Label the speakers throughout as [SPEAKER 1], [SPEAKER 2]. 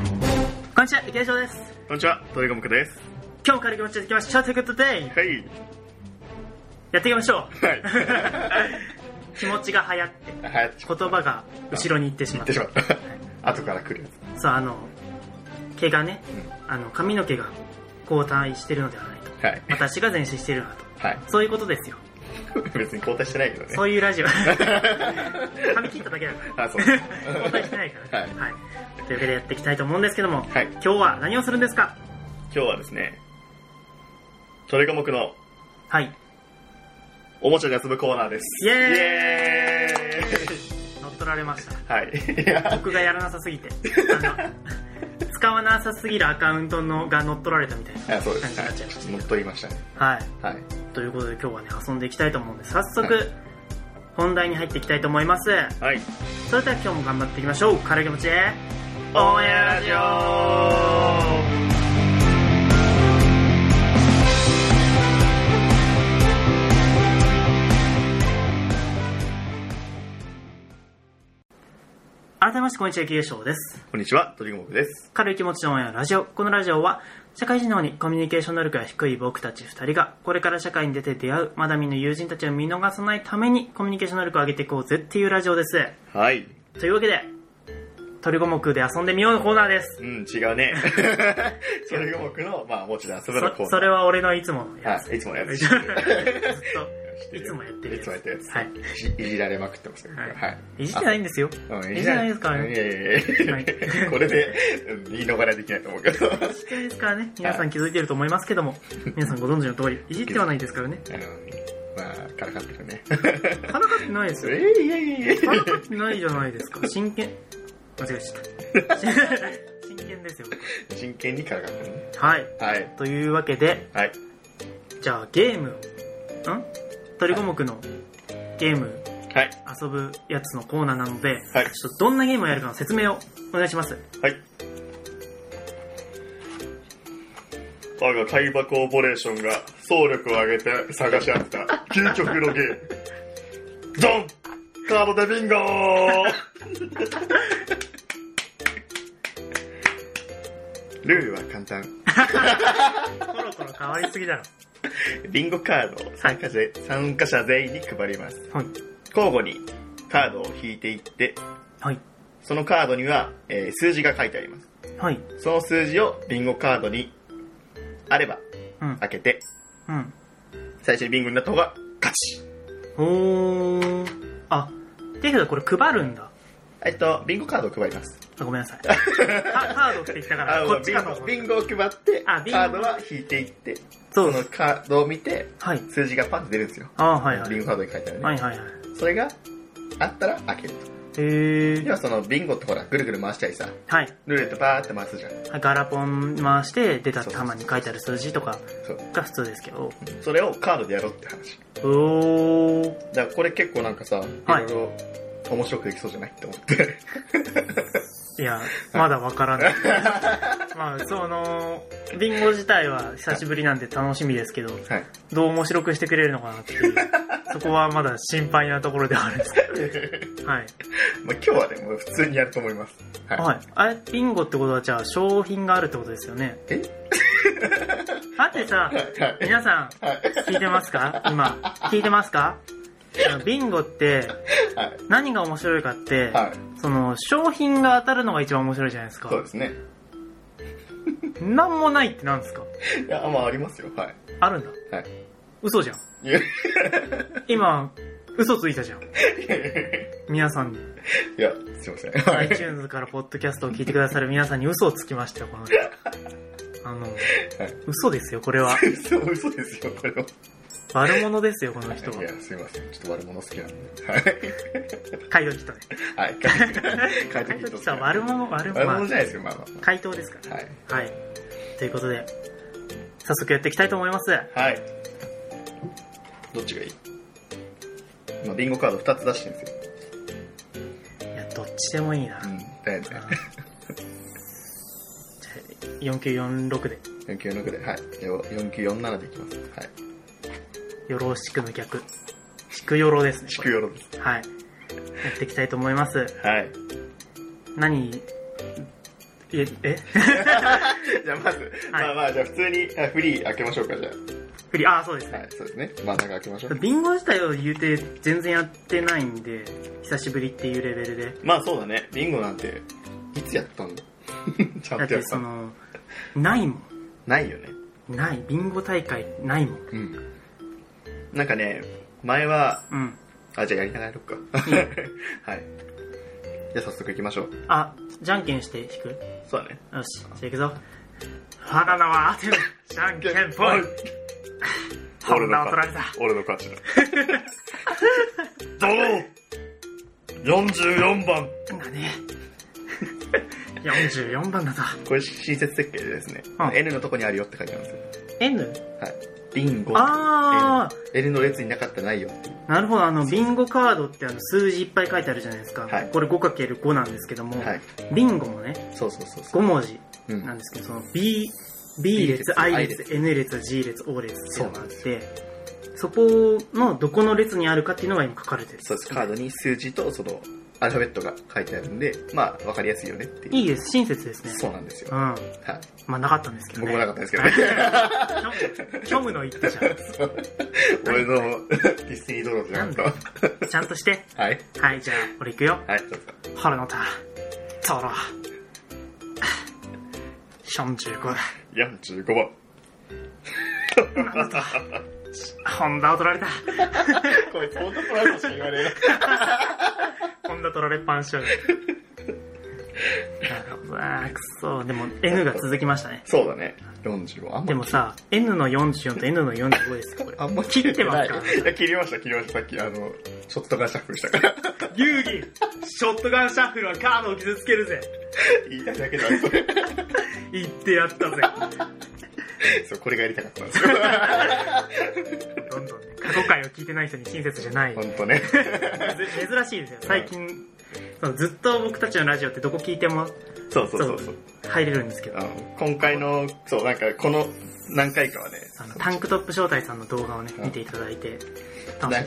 [SPEAKER 1] んにちは、池田翔です。
[SPEAKER 2] こんにちは、トレガムクです。
[SPEAKER 1] 今日も軽い気持ちでいきましょう。ということで、
[SPEAKER 2] はい。
[SPEAKER 1] やっていきましょう。
[SPEAKER 2] はい
[SPEAKER 1] 気持ちが流行って、
[SPEAKER 2] はい。ちょっ
[SPEAKER 1] 言葉が後ろに行ってしま
[SPEAKER 2] 行
[SPEAKER 1] っ。
[SPEAKER 2] っててしまった。 後から来るや
[SPEAKER 1] そう、あの、毛がね、あの、髪の毛が交代してるのではないと。
[SPEAKER 2] つ。はい。
[SPEAKER 1] 私が前進しているなと。
[SPEAKER 2] はい。
[SPEAKER 1] そういうことですよ。
[SPEAKER 2] 別に交代してないけどね。
[SPEAKER 1] そういうラジオ。髪切っただけだから。
[SPEAKER 2] あ、 そう。
[SPEAKER 1] 交代してないから、
[SPEAKER 2] はい
[SPEAKER 1] はい。というわけでやっていきたいと思うんですけども、
[SPEAKER 2] はい。
[SPEAKER 1] 今日は何をするんですか
[SPEAKER 2] 今日はですね、トレガムクの
[SPEAKER 1] はい。
[SPEAKER 2] おもちゃで遊ぶコーナーです。
[SPEAKER 1] イエーイ
[SPEAKER 2] イエー
[SPEAKER 1] 乗っ取られました。
[SPEAKER 2] イはい。いや、
[SPEAKER 1] 僕がやらなさすぎて。あの使わなさすぎるアカウントのが乗っ取られたみたいな。
[SPEAKER 2] あそうです。
[SPEAKER 1] 感
[SPEAKER 2] は
[SPEAKER 1] じになっちゃいました
[SPEAKER 2] い。乗っ取りましたね。
[SPEAKER 1] はい。
[SPEAKER 2] はい。
[SPEAKER 1] ということで今日はね、遊んでいきたいと思うんです。早速、
[SPEAKER 2] はい
[SPEAKER 1] 本題に入っていきたいと思います。
[SPEAKER 2] はい。
[SPEAKER 1] それでは今日も頑張っていきましょう。軽い気持ちで。オンエアラジオ改めまして、こんにちは、池江翔です。
[SPEAKER 2] こんにちは、トレガムクです。
[SPEAKER 1] 軽い気持ちのオンエアラジオ。このラジオは、社会人の方にコミュニケーション能力が低い僕たち二人が、これから社会に出て出会う、まだ見ぬ友人たちを見逃さないために、コミュニケーション能力を上げていこうぜっていうラジオです。
[SPEAKER 2] はい。
[SPEAKER 1] というわけで、鳥五目で遊んでみようのコーナーです。
[SPEAKER 2] うん、違うね。 トレガムクの、まあ、おもちゃで遊ぶのコーナー。
[SPEAKER 1] そそれは俺のいつものやつ。
[SPEAKER 2] はいいつものや つ
[SPEAKER 1] ずっと、いつもやってる
[SPEAKER 2] いつもやってるやつ
[SPEAKER 1] はい。
[SPEAKER 2] いじいじられまくってますけど、
[SPEAKER 1] はい
[SPEAKER 2] はい。
[SPEAKER 1] いじってないんですよ。
[SPEAKER 2] あうん
[SPEAKER 1] いじってないですからね
[SPEAKER 2] いやいやいやい
[SPEAKER 1] は
[SPEAKER 2] や
[SPEAKER 1] い
[SPEAKER 2] これでうん言い逃れできないと思うけど。 あ
[SPEAKER 1] いじってないですからね。皆さん気づいてると思いますけど も、皆さんご存知の通り、いじってはないですからね。
[SPEAKER 2] の、まあ、からかってるね。
[SPEAKER 1] からかってないです
[SPEAKER 2] え
[SPEAKER 1] よ。
[SPEAKER 2] ーいやいやいや
[SPEAKER 1] 腹立ってないじゃないですか。真剣。間違えちゃった。 真剣ですよ。
[SPEAKER 2] 真剣にからかってるね。
[SPEAKER 1] はい。
[SPEAKER 2] はい。
[SPEAKER 1] というわけで、
[SPEAKER 2] はい。
[SPEAKER 1] じゃあゲームを、ん鳥五目のゲーム
[SPEAKER 2] はい。
[SPEAKER 1] 遊ぶやつのコーナーなので、
[SPEAKER 2] はい
[SPEAKER 1] ちょっとどんなゲームをやるかの説明をお願いします。
[SPEAKER 2] はい。我が海馬コーポレーションが総力を挙げて探し当てた究極のゲーム。ドンカードでビンゴ ルールは簡単。
[SPEAKER 1] コロコロ変わりすぎだろ。
[SPEAKER 2] ビンゴカードを参加者,、参加者全員に配ります。
[SPEAKER 1] はい。
[SPEAKER 2] 交互にカードを引いていって、
[SPEAKER 1] はい。
[SPEAKER 2] そのカードには、えー数字が書いてあります。
[SPEAKER 1] はい。
[SPEAKER 2] その数字をビンゴカードにあれば
[SPEAKER 1] うん。
[SPEAKER 2] 開けて、
[SPEAKER 1] うん。
[SPEAKER 2] 最初にビンゴになった方が勝ち。
[SPEAKER 1] おー。あ、ていうけどこれ配るんだ。
[SPEAKER 2] えっと、ビンゴカードを配ります。
[SPEAKER 1] あごめんな さい。カカードって言ったから、こっちかと思
[SPEAKER 2] ビン
[SPEAKER 1] った
[SPEAKER 2] ゴビンゴを配って、カ
[SPEAKER 1] あビンゴ
[SPEAKER 2] ードは引いていって、
[SPEAKER 1] そ
[SPEAKER 2] そうのカードを見て、
[SPEAKER 1] はい。
[SPEAKER 2] 数字がパンって出るんですよ。
[SPEAKER 1] あはいは
[SPEAKER 2] ビン
[SPEAKER 1] い。
[SPEAKER 2] ゴカードに書いてあるね。
[SPEAKER 1] はいはいはい。
[SPEAKER 2] それがあったら開ける。
[SPEAKER 1] へ
[SPEAKER 2] 要
[SPEAKER 1] ー。
[SPEAKER 2] はそのビンゴってほら、ぐるぐる回したりさ、
[SPEAKER 1] はい。
[SPEAKER 2] ルーレットバーって回すじゃん。
[SPEAKER 1] ガラポン回して出た
[SPEAKER 2] そう
[SPEAKER 1] 玉に書いてある数字とか
[SPEAKER 2] そう。
[SPEAKER 1] が普通ですけど。
[SPEAKER 2] それをカードでやろうって話。
[SPEAKER 1] おー。
[SPEAKER 2] だからこれ結構なんかさ、い
[SPEAKER 1] はい
[SPEAKER 2] ろいろ面白くできそうじゃないって思って。
[SPEAKER 1] いや、まだわからない。まあ、その、ビンゴ自体は久しぶりなんで楽しみですけど、
[SPEAKER 2] はい。
[SPEAKER 1] どう面白くしてくれるのかなっていう、そこはまだ心配なところではあるんですけど。はい。
[SPEAKER 2] まあ今日はね、もう普通にやると思います。はい。
[SPEAKER 1] はい。あれ、ビンゴってことはじゃあ商品があるってことですよね。
[SPEAKER 2] え
[SPEAKER 1] だってさ、
[SPEAKER 2] はい。
[SPEAKER 1] 皆さん、
[SPEAKER 2] はい。
[SPEAKER 1] 聞いてますか今、聞いてますかあのビンゴって
[SPEAKER 2] はい。
[SPEAKER 1] 何が面白いかって、
[SPEAKER 2] はい。
[SPEAKER 1] その商品が当たるのが一番面白いじゃないですか
[SPEAKER 2] そう。ですね。
[SPEAKER 1] なんもないってなんですか
[SPEAKER 2] いや、まあありますよ。はい。
[SPEAKER 1] あるんだ。
[SPEAKER 2] はい。
[SPEAKER 1] 嘘じゃん。
[SPEAKER 2] いやい
[SPEAKER 1] 今、嘘ついたじゃん。皆さんに。
[SPEAKER 2] や、すいません。はい。
[SPEAKER 1] iTunes からポッドキャストを聞いてくださる 皆さんに嘘をつきましたよ、この。あの、嘘ですよ、これは。
[SPEAKER 2] 嘘、嘘ですよ、これは。
[SPEAKER 1] 悪者ですよ、この人
[SPEAKER 2] い
[SPEAKER 1] は。
[SPEAKER 2] や、すいません。ちょっと悪者好きなん で。はい。
[SPEAKER 1] 回答キットね。
[SPEAKER 2] はい。 書いてきた。書い
[SPEAKER 1] 回答
[SPEAKER 2] て
[SPEAKER 1] キッ
[SPEAKER 2] き
[SPEAKER 1] ト
[SPEAKER 2] た
[SPEAKER 1] は。悪者、悪
[SPEAKER 2] 悪
[SPEAKER 1] 者。
[SPEAKER 2] 者じゃ
[SPEAKER 1] ま
[SPEAKER 2] ないですよ、まあ
[SPEAKER 1] あ
[SPEAKER 2] ま
[SPEAKER 1] 回答ですか
[SPEAKER 2] あ。はい。
[SPEAKER 1] ら。はい。ということで、早速やっていきたいと思います。
[SPEAKER 2] はい。どっちがいい今、ビンゴカード2つ出してるんですよ。
[SPEAKER 1] いや、どっちでもいいな。
[SPEAKER 2] うん。だよね。
[SPEAKER 1] じゃあ、4946で、
[SPEAKER 2] 4946で。はい。4947でいきます。はい。
[SPEAKER 1] よろしくの逆。しくよろですね。
[SPEAKER 2] 地
[SPEAKER 1] こ
[SPEAKER 2] 区
[SPEAKER 1] れ
[SPEAKER 2] よろです。
[SPEAKER 1] はい。やっていきたいと思います。
[SPEAKER 2] はい。
[SPEAKER 1] 何いえ、え
[SPEAKER 2] じゃあまず、
[SPEAKER 1] はい
[SPEAKER 2] まあまあ、じゃあ普通にあフリー開けましょうか、じゃ
[SPEAKER 1] フリー、ああ、そうです
[SPEAKER 2] あ。
[SPEAKER 1] ね。
[SPEAKER 2] はい、そうですね。真ん中開けま しょう。
[SPEAKER 1] ビンゴ自体を言うて全然やってないんで、久しぶりっていうレベルで。
[SPEAKER 2] まあそうだね。ビンゴなんて、いつやったんだ ちゃ
[SPEAKER 1] だ
[SPEAKER 2] ん
[SPEAKER 1] っ
[SPEAKER 2] とやってた
[SPEAKER 1] そ
[SPEAKER 2] の。
[SPEAKER 1] の、ないも
[SPEAKER 2] ないよね。
[SPEAKER 1] ん。ない。ビンゴ大会ないもん。
[SPEAKER 2] うん。なんかね、前は、
[SPEAKER 1] うん。
[SPEAKER 2] あ、じゃあやりながらやろうか。 はい。じゃあ早速行きましょう。
[SPEAKER 1] あ、じゃんけんして引く。
[SPEAKER 2] そうだね。
[SPEAKER 1] よし、じゃあ行くぞ。バナナは当てる。じゃんけんぽい。ハンダを取られた。
[SPEAKER 2] 俺の勝ちだ。 ドロー !44 番
[SPEAKER 1] なんだね。44番だぞ。
[SPEAKER 2] これ親切設計でですね、
[SPEAKER 1] うん
[SPEAKER 2] N のとこにあるよって書いてますよ。
[SPEAKER 1] N?
[SPEAKER 2] はい。ビンゴ。
[SPEAKER 1] あ
[SPEAKER 2] N, N の列になかったらないよっていう。
[SPEAKER 1] ー、なるほど。あの、ビンゴカードってあの数字いっぱい書いてあるじゃないですか。
[SPEAKER 2] はい
[SPEAKER 1] これ 5×5 なんですけども、
[SPEAKER 2] はい。
[SPEAKER 1] ビンゴもね、
[SPEAKER 2] そうそうそう
[SPEAKER 1] 5
[SPEAKER 2] そう。
[SPEAKER 1] 文字
[SPEAKER 2] う
[SPEAKER 1] なん
[SPEAKER 2] ん。
[SPEAKER 1] ですけど、その B、B 列、
[SPEAKER 2] I
[SPEAKER 1] I
[SPEAKER 2] 列
[SPEAKER 1] 列、N 列、G 列、O 列っていうのがあっ
[SPEAKER 2] そう
[SPEAKER 1] て、そこのどこの列にあるかっていうのが今書かれてる。
[SPEAKER 2] そうです。カードに数字とそのアルファベットが書いてあるんで、まあわかりやすいよねっていう。
[SPEAKER 1] いいです。親切ですね。
[SPEAKER 2] そうなんです
[SPEAKER 1] う
[SPEAKER 2] よ。
[SPEAKER 1] ん。
[SPEAKER 2] はい。
[SPEAKER 1] まあなかったんですけどね。
[SPEAKER 2] 僕もなかったですけどね。
[SPEAKER 1] 虚無の一手じゃ
[SPEAKER 2] 俺のディスティニードローじゃなかっ
[SPEAKER 1] ん。ちゃんとして。
[SPEAKER 2] た。はい。
[SPEAKER 1] はい、じゃあ、俺行くよ。
[SPEAKER 2] はい、どうぞ。
[SPEAKER 1] 腹の田、トロ。45。
[SPEAKER 2] 45番。
[SPEAKER 1] なんだと。ホンダを取られた。
[SPEAKER 2] こいつ、本当プライドしか言わねえな。
[SPEAKER 1] ホンダ取られっぱなしよね。なるほどなくそ。でも、N が続きましたね。
[SPEAKER 2] そうだね。45。あん
[SPEAKER 1] で
[SPEAKER 2] ま、
[SPEAKER 1] もさ、N の44と N の45ですよ、これ。
[SPEAKER 2] あんま
[SPEAKER 1] 切ってます
[SPEAKER 2] い
[SPEAKER 1] か
[SPEAKER 2] いや、切りました、切りました。さっき、あの、ショットガンシャッフルしたから。
[SPEAKER 1] 遊戯ショットガンシャッフルはカードを傷つけるぜ
[SPEAKER 2] 言いたいだけだ、それ。
[SPEAKER 1] 言ってやったぜ
[SPEAKER 2] そう、これがやりたかったん ですよ。
[SPEAKER 1] どんどんね、過去回を聞いてない人に親切じゃない。
[SPEAKER 2] 本当ね。
[SPEAKER 1] 珍しいですよ、最近。そのずっと僕たちのラジオってどこ聞いても
[SPEAKER 2] そうそうそうそう。
[SPEAKER 1] 入れるんですけど
[SPEAKER 2] あ、の今回の、そう、なんか、この何回かはね、
[SPEAKER 1] あのタンクトップ招待さんの動画をね、見ていただいて、楽し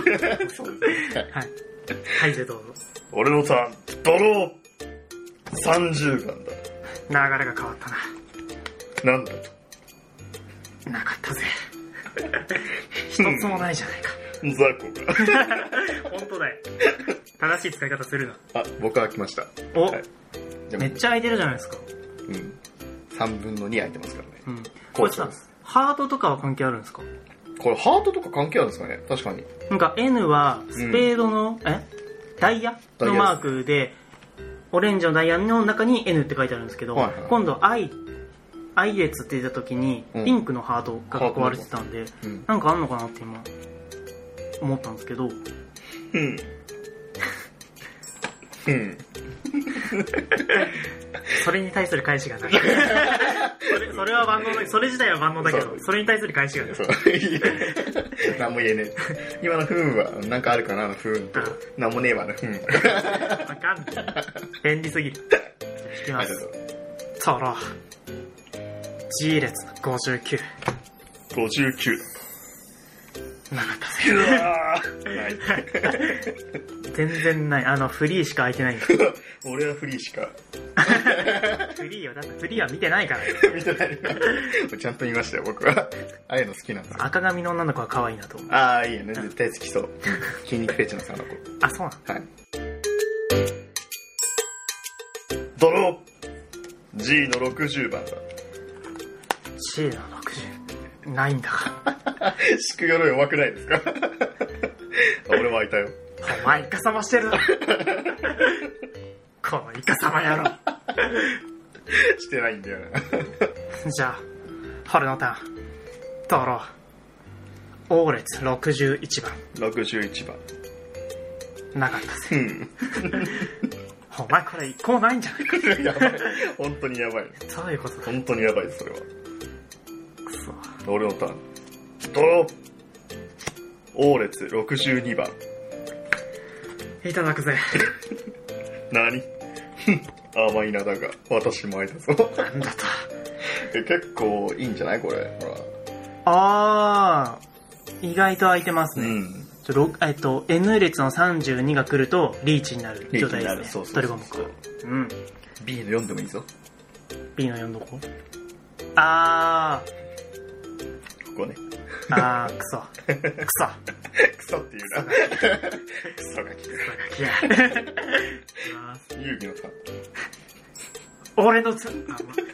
[SPEAKER 1] んでいただける
[SPEAKER 2] そうですね。
[SPEAKER 1] と。はい。はい、じゃあどうぞ。
[SPEAKER 2] 俺のターン、ドロー !30 番だ。
[SPEAKER 1] 流れが変わったな。
[SPEAKER 2] なんだと。
[SPEAKER 1] なかったぜ。一つもないじゃないか。
[SPEAKER 2] 雑魚が。
[SPEAKER 1] 本当だよ。正しい使い方するな。
[SPEAKER 2] あ、僕は来ました。
[SPEAKER 1] お、
[SPEAKER 2] はいじゃあ
[SPEAKER 1] めっちゃ空いてるじゃないですか。
[SPEAKER 2] うん。3分の2空いてますからね。
[SPEAKER 1] うん。こ
[SPEAKER 2] こ
[SPEAKER 1] れ
[SPEAKER 2] うそ
[SPEAKER 1] さ
[SPEAKER 2] うです、
[SPEAKER 1] ハートとかは関係あるんですか
[SPEAKER 2] これハートとか関係あるんですかね確かに。
[SPEAKER 1] なんか N はスペードの、えダイヤ
[SPEAKER 2] ダイヤ
[SPEAKER 1] のマークでオレンジのダイヤの中に N って書いてあるんですけど、
[SPEAKER 2] はいはい
[SPEAKER 1] 今度 I, I 列って言った時に
[SPEAKER 2] うん
[SPEAKER 1] ピンクのハートが囲われてたんで、
[SPEAKER 2] うん。
[SPEAKER 1] なんかあんのかなって今思ったんですけど
[SPEAKER 2] うん。うん。
[SPEAKER 1] それに対する返し がないそれそれは万能だそれ自体は万能だけ
[SPEAKER 2] そ
[SPEAKER 1] ど
[SPEAKER 2] う
[SPEAKER 1] それに対する返しがない
[SPEAKER 2] そう。 何も言えねえ。今の不運は、なんかあるかなの不運と、なんもねえわの不運。
[SPEAKER 1] わかんない便利す ぎる引きま
[SPEAKER 2] あ
[SPEAKER 1] す
[SPEAKER 2] と
[SPEAKER 1] そろ G 列59
[SPEAKER 2] 59
[SPEAKER 1] なかったぜ
[SPEAKER 2] うわーない
[SPEAKER 1] 全然ない。あの、フリーしか空いてないんです。
[SPEAKER 2] 俺はフリーしか
[SPEAKER 1] フリーよ。だってフリーは見てないから。
[SPEAKER 2] 見てない。ちゃんと言いましたよ、僕は。ああいうの好きなんですよ。
[SPEAKER 1] 赤髪の女の子は可愛いなと思う。
[SPEAKER 2] ああ、いいよね。絶対好きそう。筋肉フェチなんですよ、あの子。
[SPEAKER 1] あ、そうなの
[SPEAKER 2] はい。ドロー !G の60番だ。
[SPEAKER 1] シーナ60。ないんだか
[SPEAKER 2] しくよろ弱くないですか 俺も開いたよ。
[SPEAKER 1] ら。お前、イカサマしてるぞ。このイカサマ野郎。
[SPEAKER 2] してないんだよな。
[SPEAKER 1] じゃあ、ホルのターン。ドロー。オーレツ61番。
[SPEAKER 2] 61番。
[SPEAKER 1] なかったぜ。
[SPEAKER 2] うん。
[SPEAKER 1] お前、これ一個もないんじゃないか。
[SPEAKER 2] やばい。本当にやばい。
[SPEAKER 1] そういうことだ。
[SPEAKER 2] 本当にやばいです、それは。
[SPEAKER 1] くそ。
[SPEAKER 2] 俺のターン。ドロー王列62番。
[SPEAKER 1] いただくぜ。
[SPEAKER 2] 何 甘いなだが、私も開いたぞ。
[SPEAKER 1] なんだと。
[SPEAKER 2] え結構いいんじゃないこれ。ほら。
[SPEAKER 1] あー、意外と空いてます
[SPEAKER 2] う
[SPEAKER 1] ね。
[SPEAKER 2] ん。
[SPEAKER 1] ちょろえっと、N 列の32が来るとリーチになる状態ですね。
[SPEAKER 2] そうそうそう
[SPEAKER 1] トルコ目。うん。
[SPEAKER 2] B の4でもいいぞ。
[SPEAKER 1] B の4どこあ
[SPEAKER 2] こね。
[SPEAKER 1] ー、あー、くそ。くそ。
[SPEAKER 2] クソっていうな。クソが効く。
[SPEAKER 1] いや。あー
[SPEAKER 2] 遊戯のさ、
[SPEAKER 1] 俺のつ、あ、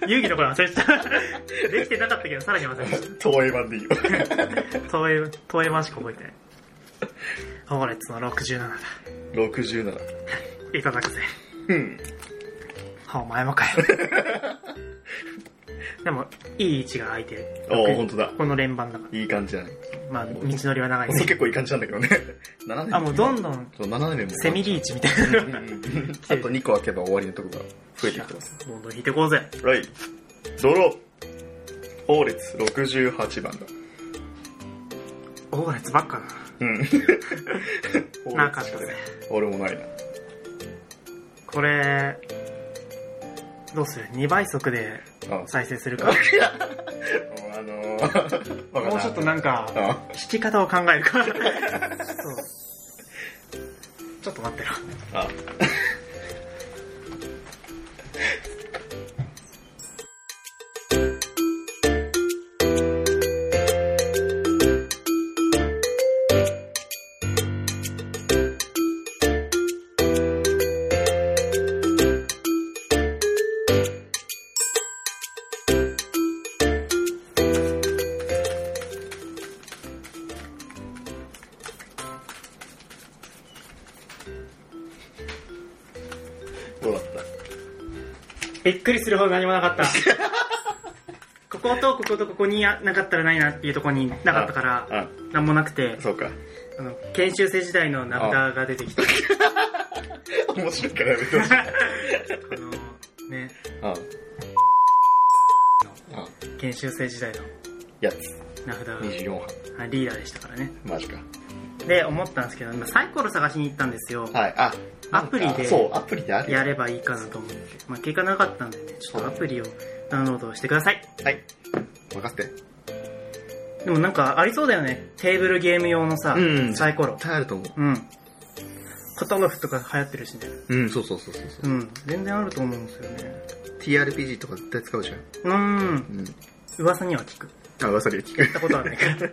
[SPEAKER 1] 遊戯の頃忘れてた。 できてなかったけど、さらに忘れてた。
[SPEAKER 2] 東映版でいいよ。
[SPEAKER 1] 東映、東映版しか覚えてない。ホーレッツの67だ。
[SPEAKER 2] 67。
[SPEAKER 1] いただくぜ。
[SPEAKER 2] うん。
[SPEAKER 1] あお前も かよ。でも、いい位置が空いてる。
[SPEAKER 2] ああ、ほんとだ。
[SPEAKER 1] この連番だか
[SPEAKER 2] いい感じだね。
[SPEAKER 1] ら。まあ、道のりは長い
[SPEAKER 2] そう
[SPEAKER 1] ね。
[SPEAKER 2] 結構いい感じなんだけどね。斜め。
[SPEAKER 1] あ、もうどんどん、
[SPEAKER 2] そう、斜めも。
[SPEAKER 1] セミリーチみたいなの
[SPEAKER 2] うんう
[SPEAKER 1] が。
[SPEAKER 2] んうん。あと2個開けば終わりのとこが増えてきてます。
[SPEAKER 1] どんどん引いてこうぜ。
[SPEAKER 2] はい。ドロー。王列68番だ。
[SPEAKER 1] オーレツばっかだな。
[SPEAKER 2] う ん。
[SPEAKER 1] なかったね。
[SPEAKER 2] 俺もないな。
[SPEAKER 1] これ、どうする ?2 倍速で
[SPEAKER 2] あ、
[SPEAKER 1] 再生するか。
[SPEAKER 2] あのー、わかんない
[SPEAKER 1] もうちょっとなんか、
[SPEAKER 2] あ
[SPEAKER 1] 弾き方を考える か。そう。ちょっと待ってろ。
[SPEAKER 2] あ、どうだっ
[SPEAKER 1] びっくりするほど何もなかった。 こことこことここにあなかったらないなっていうところになかったから
[SPEAKER 2] ああ、
[SPEAKER 1] 何もなくて
[SPEAKER 2] た、そうか。
[SPEAKER 1] あの研修生時代の名札が出てきて、
[SPEAKER 2] 面白いからやめてほしい。
[SPEAKER 1] あの、ね、
[SPEAKER 2] ああ、
[SPEAKER 1] 研修生時代の
[SPEAKER 2] やつ、
[SPEAKER 1] 名札が
[SPEAKER 2] 24班。
[SPEAKER 1] あリーダーでしたからね。
[SPEAKER 2] マジか。
[SPEAKER 1] で、思ったんですけど、今サイコロ探しに行ったんですよ。
[SPEAKER 2] はい、あ、
[SPEAKER 1] アプリで
[SPEAKER 2] そう、アプリであるよ
[SPEAKER 1] やればいいかなと思って。まあ、結果なかったんでね、ちょっとアプリをダウンロードしてください。
[SPEAKER 2] はい。任せて。
[SPEAKER 1] でもなんかありそうだよね。テーブルゲーム用のさ、
[SPEAKER 2] うん
[SPEAKER 1] サイコロ。
[SPEAKER 2] 耐えると思う。
[SPEAKER 1] うん。カタロフとか流行ってるしね。
[SPEAKER 2] うん、そうそうそうそうそうう。
[SPEAKER 1] ん。全然あると思うんですよね。
[SPEAKER 2] TRPG とか絶対使うじゃん。
[SPEAKER 1] うん。
[SPEAKER 2] うん。
[SPEAKER 1] 噂には聞く。
[SPEAKER 2] あ、噂で聞
[SPEAKER 1] やっ
[SPEAKER 2] く。
[SPEAKER 1] たことは ないから。
[SPEAKER 2] ちょっ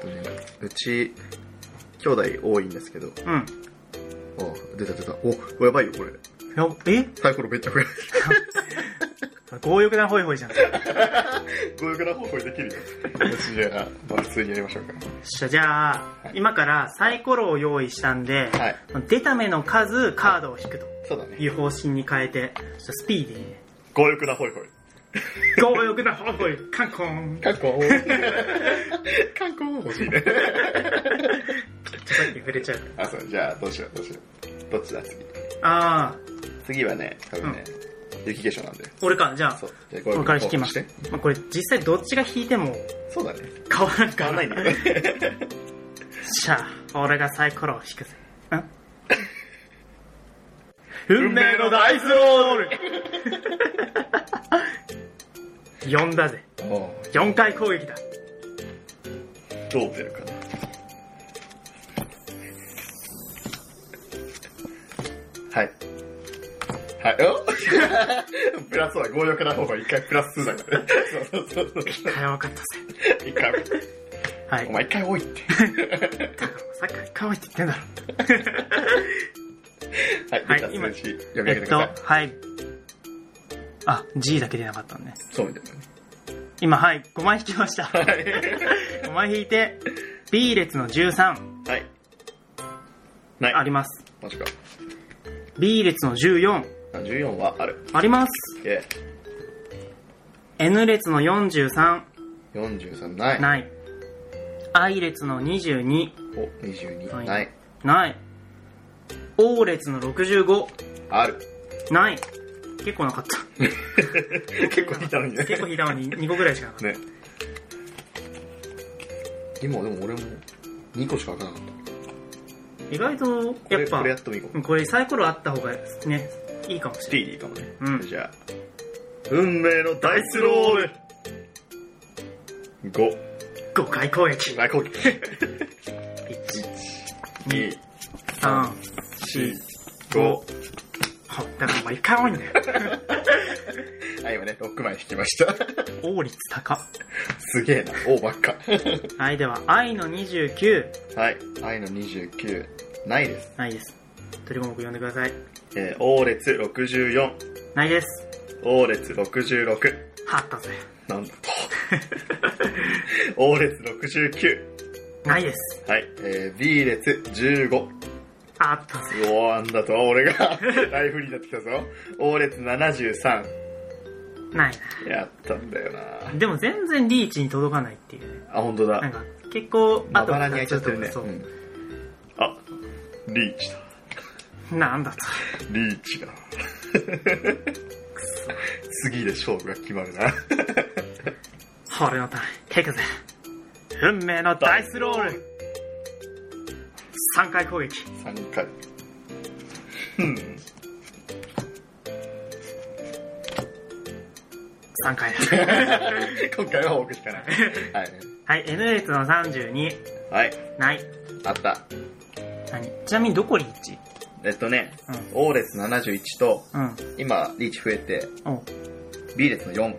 [SPEAKER 2] とね、うち、兄弟多いんですけど、
[SPEAKER 1] うん。
[SPEAKER 2] あ、出た出た。お、やばいよ、これ。
[SPEAKER 1] やえ
[SPEAKER 2] サイコロめっちゃ 増える。
[SPEAKER 1] 強欲なホイホイじゃん。よっ
[SPEAKER 2] 強欲な方法できるよ。よし、じゃあ、まあ、普通にやりましょうか。
[SPEAKER 1] しゃ、じゃあ、今からサイコロを用意したんで、
[SPEAKER 2] はい。
[SPEAKER 1] 出た目の数、カードを引くと
[SPEAKER 2] そうだ
[SPEAKER 1] い
[SPEAKER 2] ね。
[SPEAKER 1] う方針に変えて、ちょっとスピーディーにね。
[SPEAKER 2] 強欲な方法。
[SPEAKER 1] 強欲なホイホイ、カンコン。
[SPEAKER 2] かっこかっこ欲しいね。
[SPEAKER 1] ちょっとさっき触れちゃうか
[SPEAKER 2] あ、そう、じゃあ、どうしよう、どうしよう。どっちだ、次。
[SPEAKER 1] ら。あ
[SPEAKER 2] 次はね、多分ね、雪化粧なんで。
[SPEAKER 1] ー、俺か、じゃあ、
[SPEAKER 2] そう。じゃあ、
[SPEAKER 1] これから引きます
[SPEAKER 2] て。。
[SPEAKER 1] まあ、これ実際どっちが引いても
[SPEAKER 2] そうだね。
[SPEAKER 1] 変わらんか
[SPEAKER 2] 変わ
[SPEAKER 1] ら
[SPEAKER 2] んないんだよね。
[SPEAKER 1] しゃあ、俺がサイコロを引くぜ。ん 運命のダイスロール !4 だぜ。
[SPEAKER 2] おう
[SPEAKER 1] 4回攻撃だ。
[SPEAKER 2] どう出るかな。はい。はい。お プラスは強力な方が一回プラス2だからね。そうそうそう。
[SPEAKER 1] 1回は分かったぜ。
[SPEAKER 2] 一回、
[SPEAKER 1] はい。
[SPEAKER 2] お前一回多い って。
[SPEAKER 1] さっきから1回はって言ってん だろ。
[SPEAKER 2] はい、
[SPEAKER 1] はい
[SPEAKER 2] 出た
[SPEAKER 1] 今
[SPEAKER 2] 数字読み上
[SPEAKER 1] え
[SPEAKER 2] げて
[SPEAKER 1] っ
[SPEAKER 2] く
[SPEAKER 1] と
[SPEAKER 2] ださい。、
[SPEAKER 1] はい。あ、G だけ出なかったのね。
[SPEAKER 2] そうみたいなね。
[SPEAKER 1] 今、はい、5枚引きました。5枚引いて、B 列の13
[SPEAKER 2] はい。ない。
[SPEAKER 1] あります。
[SPEAKER 2] マジか。
[SPEAKER 1] B 列の14
[SPEAKER 2] あ14はある。
[SPEAKER 1] あります。
[SPEAKER 2] で、
[SPEAKER 1] N 列の43
[SPEAKER 2] 43ない。
[SPEAKER 1] ない I 列の22
[SPEAKER 2] お、22、
[SPEAKER 1] はい
[SPEAKER 2] ない。
[SPEAKER 1] ない O 列の65
[SPEAKER 2] ある。
[SPEAKER 1] ない結構なかった
[SPEAKER 2] 結構引いたの にね。
[SPEAKER 1] 結構引いたのに2個ぐらいしかなかっ
[SPEAKER 2] ね。今、でも俺も2個しか開かなかった
[SPEAKER 1] 意外と
[SPEAKER 2] た。こ
[SPEAKER 1] や
[SPEAKER 2] れ、
[SPEAKER 1] っぱ
[SPEAKER 2] これやってもいいかも。
[SPEAKER 1] うんこれサイコロあった方がねいいかもし
[SPEAKER 2] ス
[SPEAKER 1] れ
[SPEAKER 2] テ
[SPEAKER 1] ない
[SPEAKER 2] ィーリーかもね。
[SPEAKER 1] うん
[SPEAKER 2] じゃあ、運命のダイスロール !5。
[SPEAKER 1] 5回攻撃
[SPEAKER 2] 外 国。1、2、3、
[SPEAKER 1] 134
[SPEAKER 2] 4、5、
[SPEAKER 1] ほったら毎回多いんだよ。
[SPEAKER 2] はい、今ね、6枚引きました。
[SPEAKER 1] 王率高。
[SPEAKER 2] すげえな、おばっか。
[SPEAKER 1] はい、では、愛の29。
[SPEAKER 2] はい、愛の29、ないです。
[SPEAKER 1] ないです。鳥五目読んでください。
[SPEAKER 2] えー、王列64、
[SPEAKER 1] ないです。
[SPEAKER 2] 王列66、
[SPEAKER 1] はったぜ。
[SPEAKER 2] な んだと。王列69、
[SPEAKER 1] ないです。
[SPEAKER 2] はい、えー、B 列15、
[SPEAKER 1] あったぜ。
[SPEAKER 2] うおー、なんだと、俺 がライフリーになってきたぞ。王列73、
[SPEAKER 1] ない
[SPEAKER 2] やったんだよな
[SPEAKER 1] な。でも全然リーチに届かないっていうね。
[SPEAKER 2] あ、本当
[SPEAKER 1] な
[SPEAKER 2] だ
[SPEAKER 1] ん。か、結構、
[SPEAKER 2] まばらに開いちゃってるね。
[SPEAKER 1] そううん
[SPEAKER 2] あ、リーチだ。
[SPEAKER 1] なんだと。
[SPEAKER 2] リーチが。次で勝負が決まるな。
[SPEAKER 1] 俺のターン、テイクぜ。運命のダイスロール。3回攻撃。
[SPEAKER 2] 3回。
[SPEAKER 1] 3回だ。
[SPEAKER 2] 今回は僕 しかない。はい。
[SPEAKER 1] はい、N 列の32。
[SPEAKER 2] はい。
[SPEAKER 1] ない。
[SPEAKER 2] あった。
[SPEAKER 1] 何ちなみにどこリーチ
[SPEAKER 2] えっとね、
[SPEAKER 1] う
[SPEAKER 2] 王列71と、
[SPEAKER 1] ん。うん。
[SPEAKER 2] 今、リーチ増えて、
[SPEAKER 1] お
[SPEAKER 2] B 列の4、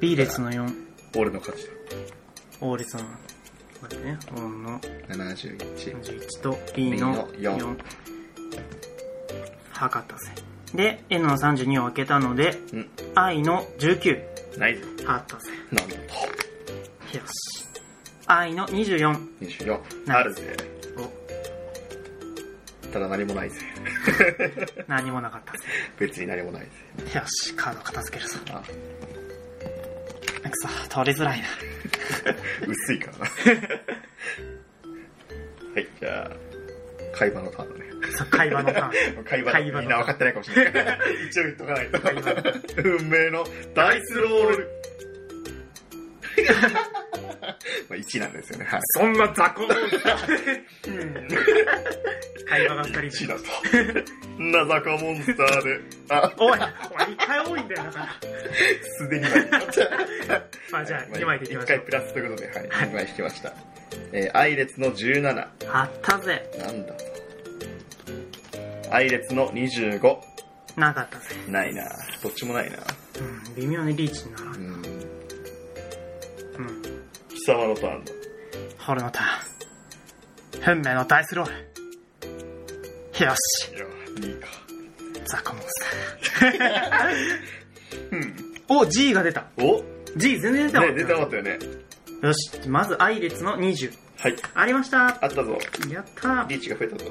[SPEAKER 1] B 列の4。
[SPEAKER 2] 俺の勝ち
[SPEAKER 1] O 列の、これね、O の
[SPEAKER 2] だ。71。
[SPEAKER 1] 41と B の
[SPEAKER 2] B の
[SPEAKER 1] 4。測ったぜ。で、N の32を開けたので、
[SPEAKER 2] うん、
[SPEAKER 1] I の19。
[SPEAKER 2] ないぞ。
[SPEAKER 1] 測ったぜ。
[SPEAKER 2] なんだと。
[SPEAKER 1] よし。I の24。
[SPEAKER 2] 24。
[SPEAKER 1] ない
[SPEAKER 2] あるぜ。
[SPEAKER 1] お、
[SPEAKER 2] ただ何もないぜ。
[SPEAKER 1] 何もなかったぜ。
[SPEAKER 2] 別に何もないぜ。
[SPEAKER 1] よし、カード片付けるぞ。
[SPEAKER 2] あ、
[SPEAKER 1] くそ、取りづらいな。
[SPEAKER 2] 薄 いからな。はい、じゃあ、会話のターンね。
[SPEAKER 1] そう会話のターン。
[SPEAKER 2] 会話
[SPEAKER 1] 会話の
[SPEAKER 2] みんな分かってないかもしれない。一応言っとかないと。運命のダイスロール。まあ1なんですよね。はい。
[SPEAKER 1] そんな雑魚会話が二人
[SPEAKER 2] 1
[SPEAKER 1] で。
[SPEAKER 2] だと。なざかモンスターで。あ、
[SPEAKER 1] おい、おい、一回多いんだよ、だから。
[SPEAKER 2] すでに枚引きました。
[SPEAKER 1] まあじゃあ、2枚でいきま
[SPEAKER 2] 1
[SPEAKER 1] しょ
[SPEAKER 2] 回
[SPEAKER 1] う。
[SPEAKER 2] プラスということで、はい。2枚引きました。えー、愛列の17。な
[SPEAKER 1] あったぜ。
[SPEAKER 2] んだと。愛列の25。
[SPEAKER 1] なかったぜ。
[SPEAKER 2] ないなどっちもないな
[SPEAKER 1] うん、微妙にリーチにならん。
[SPEAKER 2] うん。
[SPEAKER 1] うん。
[SPEAKER 2] 貴様のターンだ。
[SPEAKER 1] 俺のターン。運命のダイスロール。よし、
[SPEAKER 2] いや、いいか。
[SPEAKER 1] 雑魚モンスター。 お、G が出た。
[SPEAKER 2] お
[SPEAKER 1] G 全然出たわ
[SPEAKER 2] ね、出てなかったよね。
[SPEAKER 1] よし、まず I 列の20。
[SPEAKER 2] はい。
[SPEAKER 1] ありました。
[SPEAKER 2] あったぞ。
[SPEAKER 1] やったー。
[SPEAKER 2] リーチが増えたぞ。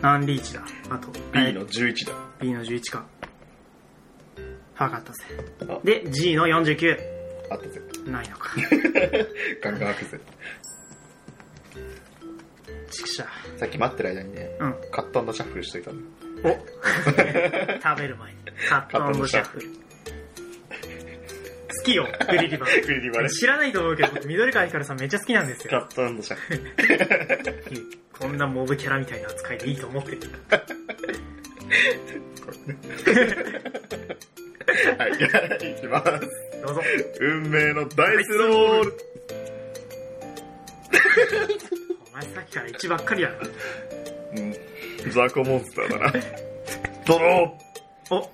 [SPEAKER 1] 何リーチだあと
[SPEAKER 2] B の11だ。
[SPEAKER 1] B の11か分かったぜ
[SPEAKER 2] あ
[SPEAKER 1] で G の49
[SPEAKER 2] あったぜ。
[SPEAKER 1] ないの か
[SPEAKER 2] ガンガン開くぜ。
[SPEAKER 1] ちくしゃ
[SPEAKER 2] さっき待ってる間にね、
[SPEAKER 1] うん
[SPEAKER 2] カットシャッフルしといたの。
[SPEAKER 1] お食べる前にカットシャッフル好きよグリリバ
[SPEAKER 2] クリリバね。
[SPEAKER 1] 知らないと思うけど僕緑川光さんめっちゃ好きなんです
[SPEAKER 2] カ
[SPEAKER 1] よ
[SPEAKER 2] ットシャッフル。
[SPEAKER 1] こんなモブキャラみたいな扱いでいいと思ってる
[SPEAKER 2] はい、じゃあいきます。
[SPEAKER 1] どうぞ
[SPEAKER 2] 運命のダイスロール。
[SPEAKER 1] お前さっきから1ばっかりやな
[SPEAKER 2] うん。ザコモンスターだな。ドロ
[SPEAKER 1] お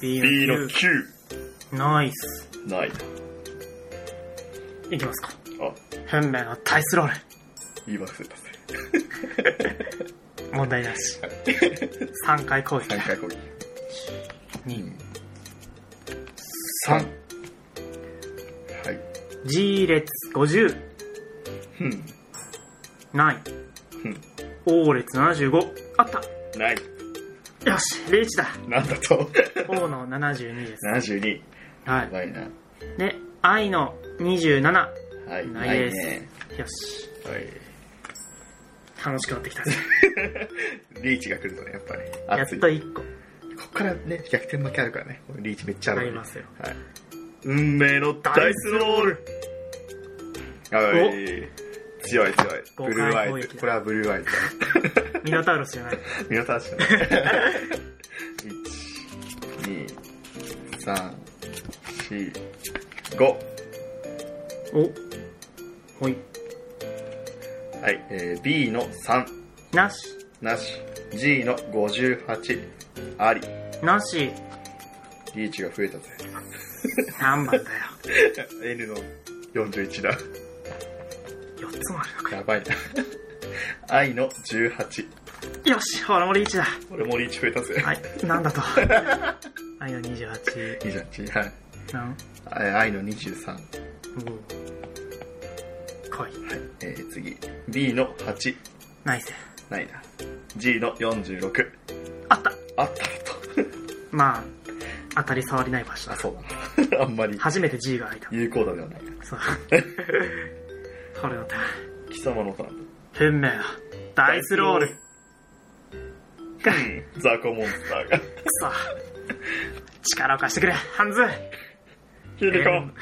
[SPEAKER 1] B
[SPEAKER 2] ー !B の
[SPEAKER 1] の9
[SPEAKER 2] 9。
[SPEAKER 1] ナイス
[SPEAKER 2] ない。
[SPEAKER 1] いきますか
[SPEAKER 2] あ、
[SPEAKER 1] 運命のダイスロール
[SPEAKER 2] 言い忘れたぜ。
[SPEAKER 1] 問題なし。3回攻撃
[SPEAKER 2] 3。回攻撃。
[SPEAKER 1] 2。
[SPEAKER 2] 3。はい。
[SPEAKER 1] G 列50。
[SPEAKER 2] うん。
[SPEAKER 1] ない。O 列75。あった。
[SPEAKER 2] ない。
[SPEAKER 1] よし、リーチだ。
[SPEAKER 2] なんだと
[SPEAKER 1] O の72です。
[SPEAKER 2] ?72。
[SPEAKER 1] は
[SPEAKER 2] やばいな。
[SPEAKER 1] い。で、I の27。
[SPEAKER 2] はい。
[SPEAKER 1] ないです
[SPEAKER 2] ね。
[SPEAKER 1] よし。
[SPEAKER 2] はい。
[SPEAKER 1] 楽しくなってきたぜ。
[SPEAKER 2] リーチが来るとね、やっぱり、
[SPEAKER 1] やっ
[SPEAKER 2] 熱い。
[SPEAKER 1] と
[SPEAKER 2] こ
[SPEAKER 1] 1個。
[SPEAKER 2] こからね、逆転負けあるからね、リーチめっちゃある。
[SPEAKER 1] なりますよ。
[SPEAKER 2] はい。運命のダイスロールはい。強い強い。
[SPEAKER 1] 豪快
[SPEAKER 2] ブルーア
[SPEAKER 1] 攻
[SPEAKER 2] イズ。
[SPEAKER 1] 撃だ
[SPEAKER 2] これはブルーアイズ だ。
[SPEAKER 1] ミノタウロスじゃない。
[SPEAKER 2] 見渡してない。1、2、3、4、5。
[SPEAKER 1] お。ほい。
[SPEAKER 2] はい。えー、B の3。
[SPEAKER 1] なし。
[SPEAKER 2] なし。 G の58あり
[SPEAKER 1] なし、
[SPEAKER 2] リーチが増えたぜ
[SPEAKER 1] 何番だよ。
[SPEAKER 2] N の41だ
[SPEAKER 1] 4つもあるのか
[SPEAKER 2] やばいな I の18
[SPEAKER 1] よ。よし、ほら、俺1だ。
[SPEAKER 2] 俺もリーチ増えたぜ、
[SPEAKER 1] はい、なん だと。はい、の28。
[SPEAKER 2] 28はい
[SPEAKER 1] なん
[SPEAKER 2] あ I の23はい、
[SPEAKER 1] おぉ。来い。
[SPEAKER 2] えー、次 B の8
[SPEAKER 1] ナイス。
[SPEAKER 2] ないな G の46
[SPEAKER 1] あった
[SPEAKER 2] あったと
[SPEAKER 1] まあ、当たり障りない場所
[SPEAKER 2] あ
[SPEAKER 1] だ。
[SPEAKER 2] そうだ なあんまり
[SPEAKER 1] 初めて G が開いた。
[SPEAKER 2] 有効打ではない
[SPEAKER 1] そう。それだった。
[SPEAKER 2] 貴様の音なんだ
[SPEAKER 1] 運命だ。ダイスロール。か、く
[SPEAKER 2] ザコモンスターが
[SPEAKER 1] そ。力を貸してくれ、ハンズ。
[SPEAKER 2] キリコン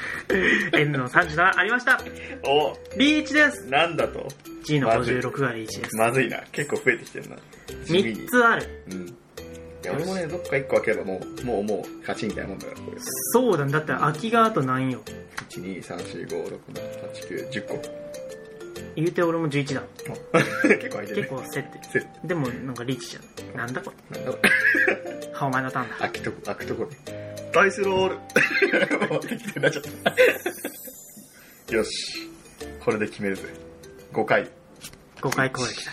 [SPEAKER 1] N の37ありました。
[SPEAKER 2] お
[SPEAKER 1] リーチです。
[SPEAKER 2] なんだと
[SPEAKER 1] G の
[SPEAKER 2] まずい
[SPEAKER 1] 56がリーチです。
[SPEAKER 2] まずいな結構増えてきてるな地味に
[SPEAKER 1] 3つある。
[SPEAKER 2] うんいや俺もねどっか1個開けばもうもうもう勝ちみたいなもんだからこれ
[SPEAKER 1] そうだね。だって空きがあと何よ。
[SPEAKER 2] 12345678910個
[SPEAKER 1] 言うて俺も11だ。
[SPEAKER 2] あ 結構開いて
[SPEAKER 1] 結
[SPEAKER 2] るね
[SPEAKER 1] 構競って
[SPEAKER 2] せ
[SPEAKER 1] る。でもなんかリーチじゃん。なんだこれ。
[SPEAKER 2] なんだろう
[SPEAKER 1] は、お前のターンだ。
[SPEAKER 2] 開くとこ 開くとこねダイスロールもう適当になっちゃったよしこれで決めるぜ5回
[SPEAKER 1] 5回攻撃だ。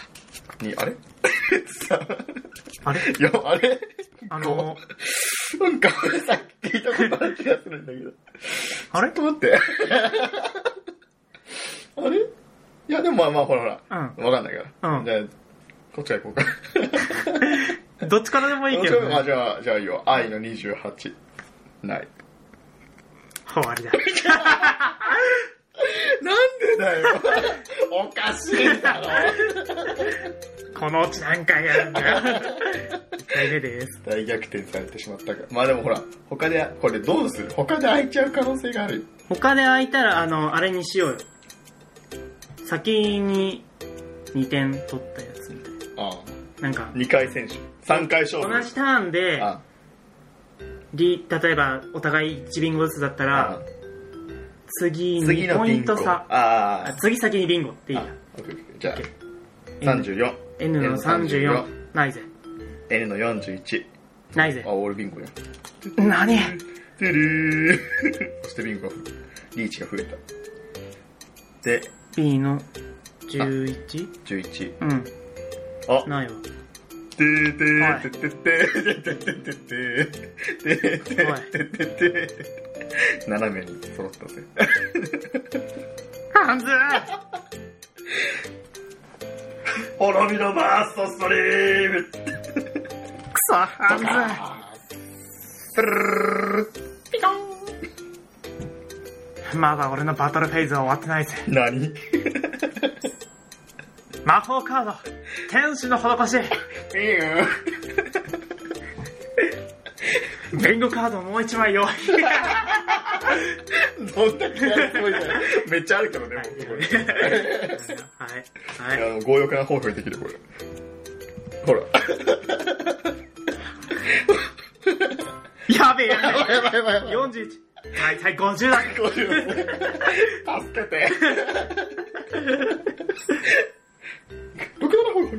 [SPEAKER 2] にあれ
[SPEAKER 1] あれ
[SPEAKER 2] いやあれ
[SPEAKER 1] あのー、
[SPEAKER 2] なんか俺さっき聞いたことある気がするんだけど
[SPEAKER 1] あれ
[SPEAKER 2] ちょっと待って。 あれいや、でもまあまあ、ほらほら。
[SPEAKER 1] うん
[SPEAKER 2] わかんないから。
[SPEAKER 1] うん
[SPEAKER 2] じゃあ、こっちから行こうか。
[SPEAKER 1] どっちからでもいいけど、
[SPEAKER 2] あ、
[SPEAKER 1] ね、
[SPEAKER 2] じゃあ、じゃあいいよ。愛の28。ない。
[SPEAKER 1] 終わりだ。
[SPEAKER 2] なんでだよ。 おかしいだろ。
[SPEAKER 1] このうち何回やるんだよ。1回目です。
[SPEAKER 2] 大逆転されてしまったから。まあでもほら、他で、これどうする他で開いちゃう可能性があるよ。
[SPEAKER 1] 他で空いたら、あの、あれにしようよ。先に2点取ったやつみたい
[SPEAKER 2] あ
[SPEAKER 1] な。なんか、
[SPEAKER 2] 2回選手。3回勝負。
[SPEAKER 1] 同じターンで、
[SPEAKER 2] あ
[SPEAKER 1] リ例えばお互い1ビンゴずつだったら、次に
[SPEAKER 2] 次の
[SPEAKER 1] ポイ
[SPEAKER 2] ピ
[SPEAKER 1] ン
[SPEAKER 2] ンク
[SPEAKER 1] ト
[SPEAKER 2] を。
[SPEAKER 1] 差。
[SPEAKER 2] あ
[SPEAKER 1] あ
[SPEAKER 2] ー
[SPEAKER 1] 次先にビンゴっていい
[SPEAKER 2] あ
[SPEAKER 1] や。
[SPEAKER 2] オッケーオッケーじゃ
[SPEAKER 1] OK
[SPEAKER 2] あ、34。
[SPEAKER 1] N の34。。ないぜ。
[SPEAKER 2] N の41。
[SPEAKER 1] ないぜ
[SPEAKER 2] あ、。俺ビンゴや。
[SPEAKER 1] 何
[SPEAKER 2] てるーそしてビンゴが増えリーチが増えた。で、
[SPEAKER 1] ?B の 11?
[SPEAKER 2] 11。
[SPEAKER 1] うん。
[SPEAKER 2] あ、
[SPEAKER 1] ないわ。
[SPEAKER 2] てーてーてーてーてーてーてーてーてーてーてーてーてーてー斜めに揃ったぜ。
[SPEAKER 1] ハンズ
[SPEAKER 2] 滅びのバーストストリーム
[SPEAKER 1] くそハンズ
[SPEAKER 2] プルル
[SPEAKER 1] ピコンまだ俺のバトルフェーズは終わってないぜ。
[SPEAKER 2] ル何
[SPEAKER 1] 魔法カード天使の施し弁護カードもう一枚用意
[SPEAKER 2] どんだけやるすごいじゃないめっちゃあるけどね、もうこれ。
[SPEAKER 1] はい。はい。
[SPEAKER 2] あの、強欲な方法にできる、これ。ほら。
[SPEAKER 1] やべえやべ
[SPEAKER 2] やばいやばいやば
[SPEAKER 1] え !41! はい、はい、50だ
[SPEAKER 2] こういうのね助けて。ろくな方法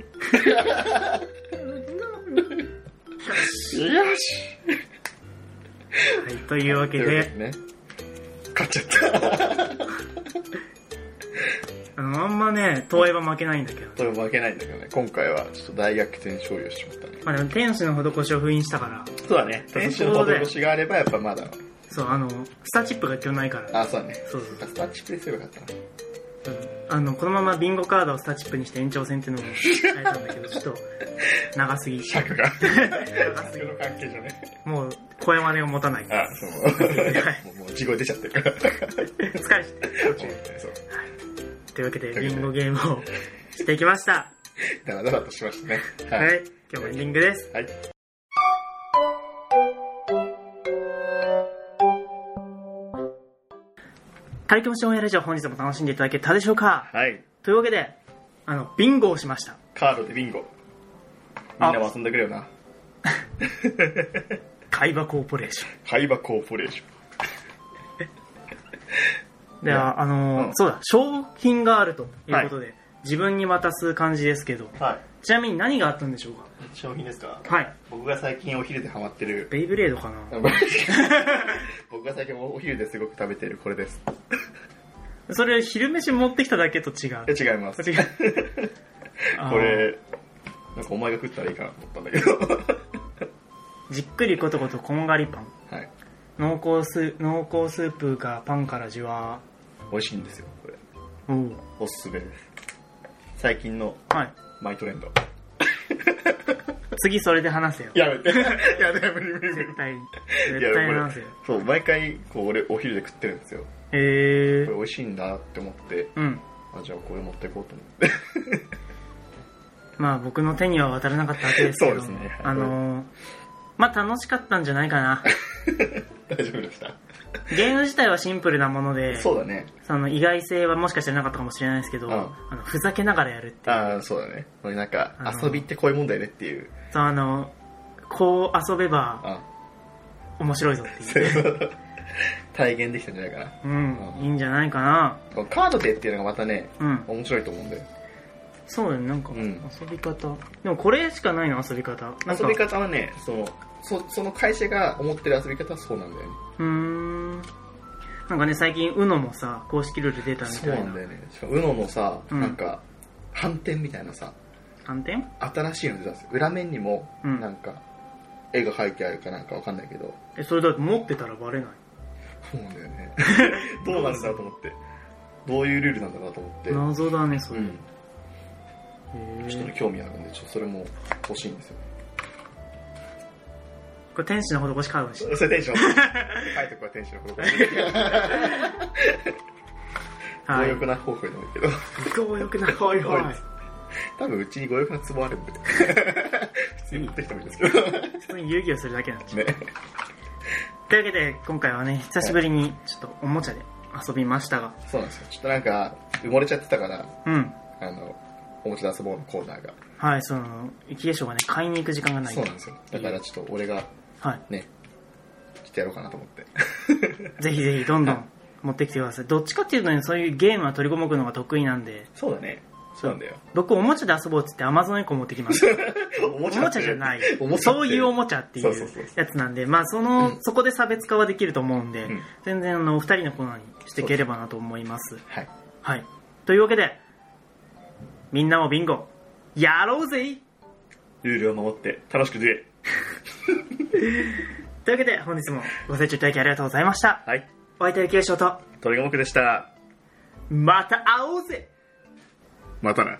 [SPEAKER 2] に。よし。
[SPEAKER 1] はい、というわけで、
[SPEAKER 2] ね。勝っちゃった。
[SPEAKER 1] あの、あんまね、東映は負けないんだけど。
[SPEAKER 2] それ負けないんだけどね。今回はちょっと大逆転勝利をしまったね。
[SPEAKER 1] まあでも天使の施しを封印したから、
[SPEAKER 2] そうだね。
[SPEAKER 1] 転
[SPEAKER 2] 私
[SPEAKER 1] 校
[SPEAKER 2] の
[SPEAKER 1] で
[SPEAKER 2] 施しがあればやっぱまだ。
[SPEAKER 1] そう、あの、スターチップが今日ないから、
[SPEAKER 2] あ、そうだね。
[SPEAKER 1] そうそうそう
[SPEAKER 2] スタッチプレスよかったな。
[SPEAKER 1] あの、このままビンゴカードをスターチップにして延長戦っていうのもやれたんだけど、ちょっと、長すぎ。
[SPEAKER 2] 尺が。
[SPEAKER 1] 長す
[SPEAKER 2] 尺
[SPEAKER 1] ぎ
[SPEAKER 2] の。関係じゃね。
[SPEAKER 1] もう、声真似を持たない。疲
[SPEAKER 2] あ、 そう。もう、事故出ちゃってる から。
[SPEAKER 1] れてる。
[SPEAKER 2] そう。
[SPEAKER 1] というわけで、ビンゴゲームをしてきました。
[SPEAKER 2] だらだらとしましたね。
[SPEAKER 1] はい。今日もエンディングです。
[SPEAKER 2] はい。
[SPEAKER 1] タリキョンシオンエラジオ本日も楽しんでいただけたでしょうか
[SPEAKER 2] はい。
[SPEAKER 1] というわけで、あの、ビンゴをしました。
[SPEAKER 2] カードでビンゴ。み
[SPEAKER 1] あ
[SPEAKER 2] んなも遊んでくれよな。
[SPEAKER 1] 海馬コーポレーション。
[SPEAKER 2] 海馬コーポレーション。
[SPEAKER 1] では、あのー
[SPEAKER 2] うん
[SPEAKER 1] そうだ、商品があるということで、自分に渡す感じですけど、
[SPEAKER 2] はい
[SPEAKER 1] ちなみに何があったんでしょうか
[SPEAKER 2] 商品ですか
[SPEAKER 1] はい。
[SPEAKER 2] 僕が最近お昼でハマってる
[SPEAKER 1] ベイブレードかな
[SPEAKER 2] 僕が最近お昼ですごく食べてるこれです
[SPEAKER 1] それ昼飯持ってきただけと違
[SPEAKER 2] え
[SPEAKER 1] う。
[SPEAKER 2] 違います
[SPEAKER 1] 違 うあー
[SPEAKER 2] これなんかお前が食ったらいいかなと思ったんだけど
[SPEAKER 1] じっくりことことこんがりパン。
[SPEAKER 2] はい
[SPEAKER 1] 濃厚ス濃厚スープがパンからじわ
[SPEAKER 2] 美味しいんですよこれ
[SPEAKER 1] ーおう
[SPEAKER 2] おすすめです最近の
[SPEAKER 1] はい
[SPEAKER 2] マイトレンド
[SPEAKER 1] 次それで話せよ
[SPEAKER 2] やめ てやめて無理無理無理
[SPEAKER 1] 絶対に
[SPEAKER 2] い
[SPEAKER 1] 絶
[SPEAKER 2] や
[SPEAKER 1] 対に
[SPEAKER 2] こ
[SPEAKER 1] 話せよ
[SPEAKER 2] れそう毎回こう俺お昼で食ってるんですよこ
[SPEAKER 1] へえ
[SPEAKER 2] れ
[SPEAKER 1] ー、
[SPEAKER 2] 美味しいんだって思って
[SPEAKER 1] うん
[SPEAKER 2] あじゃあこれ持っていこうと思って
[SPEAKER 1] まあ僕の手には渡らなかったわけですけど
[SPEAKER 2] そうですねはい
[SPEAKER 1] あのー、まあ楽しかったんじゃないか な
[SPEAKER 2] 大丈夫でした
[SPEAKER 1] ゲーム自体はシンプルなもので
[SPEAKER 2] そうだね
[SPEAKER 1] その意外性はもしかしたらなかったかもしれないですけど、
[SPEAKER 2] うん
[SPEAKER 1] あのふざけながらやるっていう
[SPEAKER 2] ああそうだねこれなんか
[SPEAKER 1] あの
[SPEAKER 2] 遊びってこういうもんだよねっていう
[SPEAKER 1] そうあのこう遊べば
[SPEAKER 2] あ
[SPEAKER 1] 面白いぞって
[SPEAKER 2] そ
[SPEAKER 1] いうう
[SPEAKER 2] いう体現できたんじゃないかな
[SPEAKER 1] うん
[SPEAKER 2] うん
[SPEAKER 1] いいんじゃないかな
[SPEAKER 2] このカードでっていうのがまたね
[SPEAKER 1] うん
[SPEAKER 2] 面白いと思うんだよ
[SPEAKER 1] そうだねなんか
[SPEAKER 2] うん
[SPEAKER 1] 遊び方、でもこれしかないの遊び方なんか
[SPEAKER 2] 遊び方はねそのそその会社が思ってる遊び方はそうなんだよね
[SPEAKER 1] うーんなんかね最近 UNO もさ公式ルール出たみ
[SPEAKER 2] そ
[SPEAKER 1] た
[SPEAKER 2] うない
[SPEAKER 1] なん
[SPEAKER 2] だよねしかも UNO のさ、
[SPEAKER 1] うん
[SPEAKER 2] なんか反転みたいなさ
[SPEAKER 1] 反転
[SPEAKER 2] 新しいの出たんですよ裏面にも
[SPEAKER 1] うん
[SPEAKER 2] なんか、絵が描いてあるかなんかわかんないけど
[SPEAKER 1] えそれだって持ってたらバレない
[SPEAKER 2] そうなんだよね どうなんだろうと思ってどういうルールなんだろうと思ってう
[SPEAKER 1] 謎だねそれ、
[SPEAKER 2] ん
[SPEAKER 1] へ
[SPEAKER 2] ちょっ
[SPEAKER 1] ー
[SPEAKER 2] とね興味あるんでちょっとそれも欲しいんですよ
[SPEAKER 1] これ天使の施しカードにし
[SPEAKER 2] それテンション書いとくはテンションこれ強
[SPEAKER 1] はい
[SPEAKER 2] 欲な方法なんだけど
[SPEAKER 1] 強欲な強欲
[SPEAKER 2] 強欲 多分うちに強欲な壺あ るんで普通に持ってきてもいいんですけど
[SPEAKER 1] 普通に遊戯をするだけなんで
[SPEAKER 2] ね
[SPEAKER 1] というわけで今回はね久しぶりにちょっとおもちゃで遊びましたが
[SPEAKER 2] そうなんですよちょっとなんか埋もれちゃってたから
[SPEAKER 1] うん
[SPEAKER 2] あのおもちゃで遊ぼうのコーナーが
[SPEAKER 1] はいその雪化粧がね買いに行く時間がない
[SPEAKER 2] そうなんですよだからちょっと俺が
[SPEAKER 1] はい
[SPEAKER 2] ね来てやろうかなと思って
[SPEAKER 1] ぜひぜひどんどん持ってきてくださいどっちかっていうとねそういうゲームは取り込むのが得意なんで
[SPEAKER 2] そうだねそうなんだよ
[SPEAKER 1] 僕おもちゃで遊ぼうっつってアマゾンエコ持ってきました
[SPEAKER 2] おも
[SPEAKER 1] おもちゃじゃない
[SPEAKER 2] おもちゃって
[SPEAKER 1] そういうおもちゃってい
[SPEAKER 2] そうそう
[SPEAKER 1] う
[SPEAKER 2] そうそう
[SPEAKER 1] やつなんでまあその、そこで差別化はできると思うんで、
[SPEAKER 2] うん
[SPEAKER 1] 全然あのお二人のコーナーにしていければなと思います
[SPEAKER 2] はい
[SPEAKER 1] はいというわけでみんなもビンゴやろうぜ
[SPEAKER 2] ルールを守って楽しくでえ
[SPEAKER 1] というわけで本日もご清聴いただきありがとうございました
[SPEAKER 2] はい
[SPEAKER 1] お相手は清翔と
[SPEAKER 2] 鳥が僕でした
[SPEAKER 1] また会おうぜ
[SPEAKER 2] またな